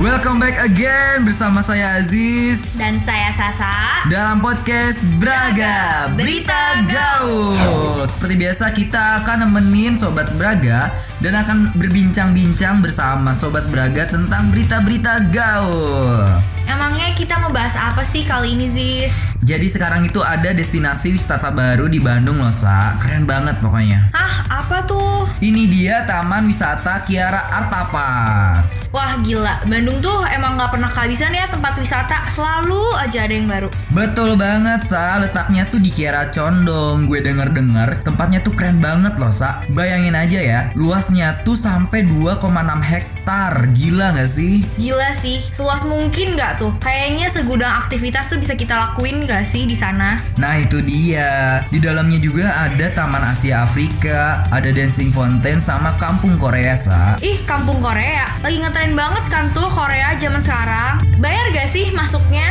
Welcome back again bersama saya Aziz Dan saya Sasa. dalam podcast Braga Berita Gaul. Seperti biasa kita akan nemenin sobat Braga dan akan berbincang-bincang bersama sobat Braga tentang berita-berita gaul. Emangnya kita mau bahas apa sih kali ini, Ziz? Jadi sekarang itu ada destinasi wisata baru di Bandung loh, Sa. Keren banget pokoknya. Hah, apa tuh? Ini dia Taman Wisata Kiara Artapa. Wah, gila. Bandung tuh emang nggak pernah kehabisan ya tempat wisata. Selalu aja ada yang baru. Betul banget, Sa. Letaknya tuh di Kiara Condong. Gue denger-dengar tempatnya tuh keren banget loh, Sa. Bayangin aja ya, luasnya tuh sampai 2,6 hektar. Gila nggak sih? Gila sih, seluas mungkin nggak tuh? Kayaknya segudang aktivitas tuh bisa kita lakuin nggak sih di sana? Nah itu dia. Di dalamnya juga ada Taman Asia Afrika, ada dancing fountain sama kampung Korea, Sa. Ih, kampung Korea. Lagi ngetren banget kan tuh Korea zaman sekarang. Bayar gak sih masuknya?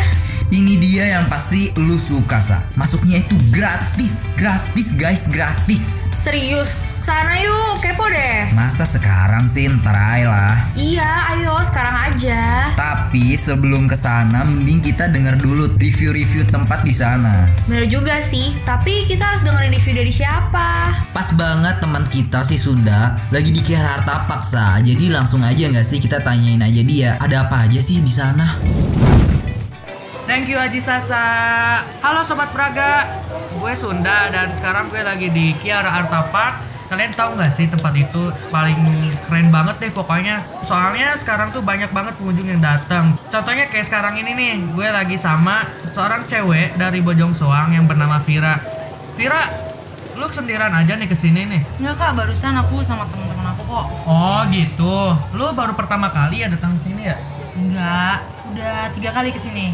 Ini dia yang pasti lu suka sa. Masuknya itu gratis, gratis guys, gratis. Serius, kesana yuk, kepo deh. Masa sekarang sih ntar aja lah. Iya, ayo sekarang aja. Tapi sebelum ke sana mending kita denger dulu review-review tempat di sana. Bener juga sih, tapi kita harus dengerin review dari siapa? Pas banget teman kita si Sunda lagi di Kiara Artapak sa. Jadi langsung aja nggak sih kita tanyain aja dia ada apa aja sih di sana? Thank you Haji Sasa. Halo Sobat Praga, gue Sunda dan sekarang gue lagi di Kiara Arta Park. Kalian tahu nggak sih tempat itu paling keren banget deh pokoknya. Soalnya sekarang tuh banyak banget pengunjung yang datang. Contohnya kayak sekarang ini nih, gue lagi sama seorang cewek dari Bojong Soang yang bernama Vira. Vira, lu sendirian aja nih kesini nih. Enggak kak, barusan aku sama temen-temen aku kok Oh gitu, lu baru pertama kali ya datang sini ya? Enggak, udah tiga kali kesini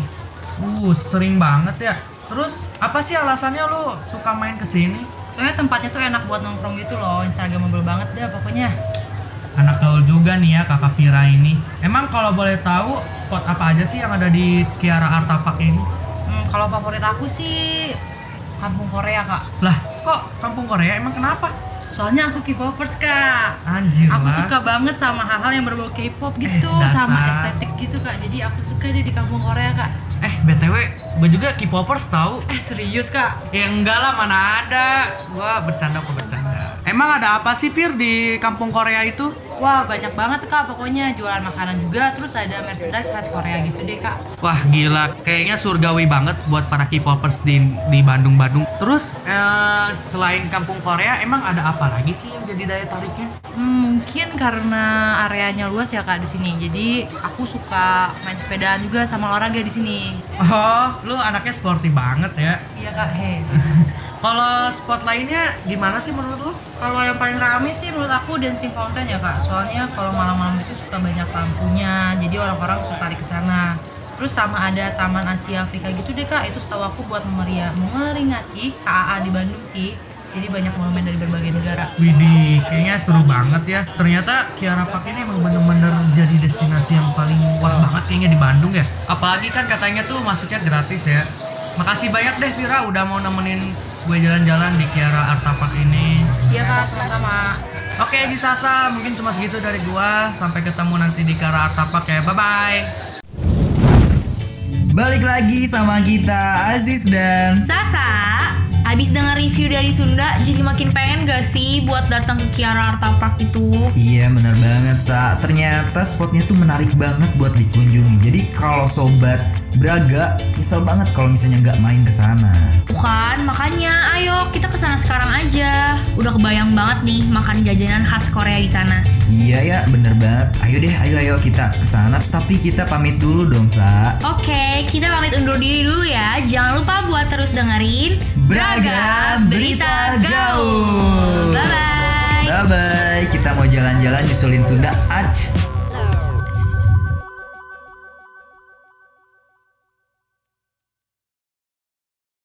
Uh, sering banget ya. Terus apa sih alasannya lu suka main ke sini? Soalnya tempatnya tuh enak buat nongkrong gitu loh, instagramable banget dah pokoknya Anak gaul juga nih ya kakak Vira ini. Emang kalau boleh tahu spot apa aja sih yang ada di Kiara Arta Park ini? hmm, Kalau favorit aku sih kampung Korea kak Lah, kok kampung Korea emang kenapa? Soalnya aku K-popers kak Anjir Aku lah. suka banget sama hal-hal yang berbau K-pop gitu Eh, dasar. Sama estetik gitu kak, jadi aku suka deh di kampung Korea kak Eh, BTW, gue juga K-popers tahu. Eh serius kak, Ya enggak lah, mana ada. Gua bercanda kok bercanda. Emang ada apa sih Vir di kampung Korea itu? wah banyak banget kak pokoknya Jualan makanan juga, terus ada merchandise khas Korea gitu deh kak Wah gila, kayaknya surgawi banget buat para K-popers di di Bandung-Bandung. Terus eh, selain kampung Korea, emang ada apa lagi sih yang jadi daya tariknya? Hmm, mungkin karena areanya luas ya kak di sini. Jadi aku suka main sepedaan juga sama olahraga di sini. Oh, lu anaknya sporty banget ya. Iya kak, he. Kalau spot lainnya gimana sih menurut lu? Kalau yang paling rame sih menurut aku dancing fountain ya kak. Soalnya kalau malam-malam itu suka banyak lampunya. Jadi orang-orang tertarik ke sana. Terus sama ada Taman Asia Afrika gitu deh kak. Itu setahu aku buat memeria mengeringati KAA di Bandung sih. Jadi banyak monumen dari berbagai negara. Widih, kayaknya seru banget ya. Ternyata Kiara Park ini emang bener-bener jadi destinasi yang paling wah banget kayaknya di Bandung ya. Apalagi kan katanya tuh masuknya gratis ya. Makasih banyak deh Vira udah mau nemenin gue jalan-jalan di Kiara Arta Park ini. Iya kak, sama-sama. Oke, Haji Sasa, mungkin cuma segitu dari gua. Sampai ketemu nanti di Kiara Arta Park ya. Bye-bye. Balik lagi sama kita Aziz dan Sasa, abis denger review dari Sunda, jadi makin pengen gak sih buat datang ke Kiara Arta Park itu? Iya benar banget Sa Ternyata spotnya tuh menarik banget buat dikunjungi Jadi kalau sobat Braga Nyesel banget kalau misalnya nggak main ke sana Bukan, kan, makanya ayo kita kesana sekarang aja. Udah kebayang banget nih makan jajanan khas Korea di sana. Iya ya bener banget Ayo deh ayo ayo kita ke sana Tapi kita pamit dulu dong Sa Oke, kita pamit undur diri dulu ya. Jangan lupa buat terus dengerin Braga Berita Gaul. Bye bye. Bye bye Kita mau jalan-jalan nyusulin Sunda Ach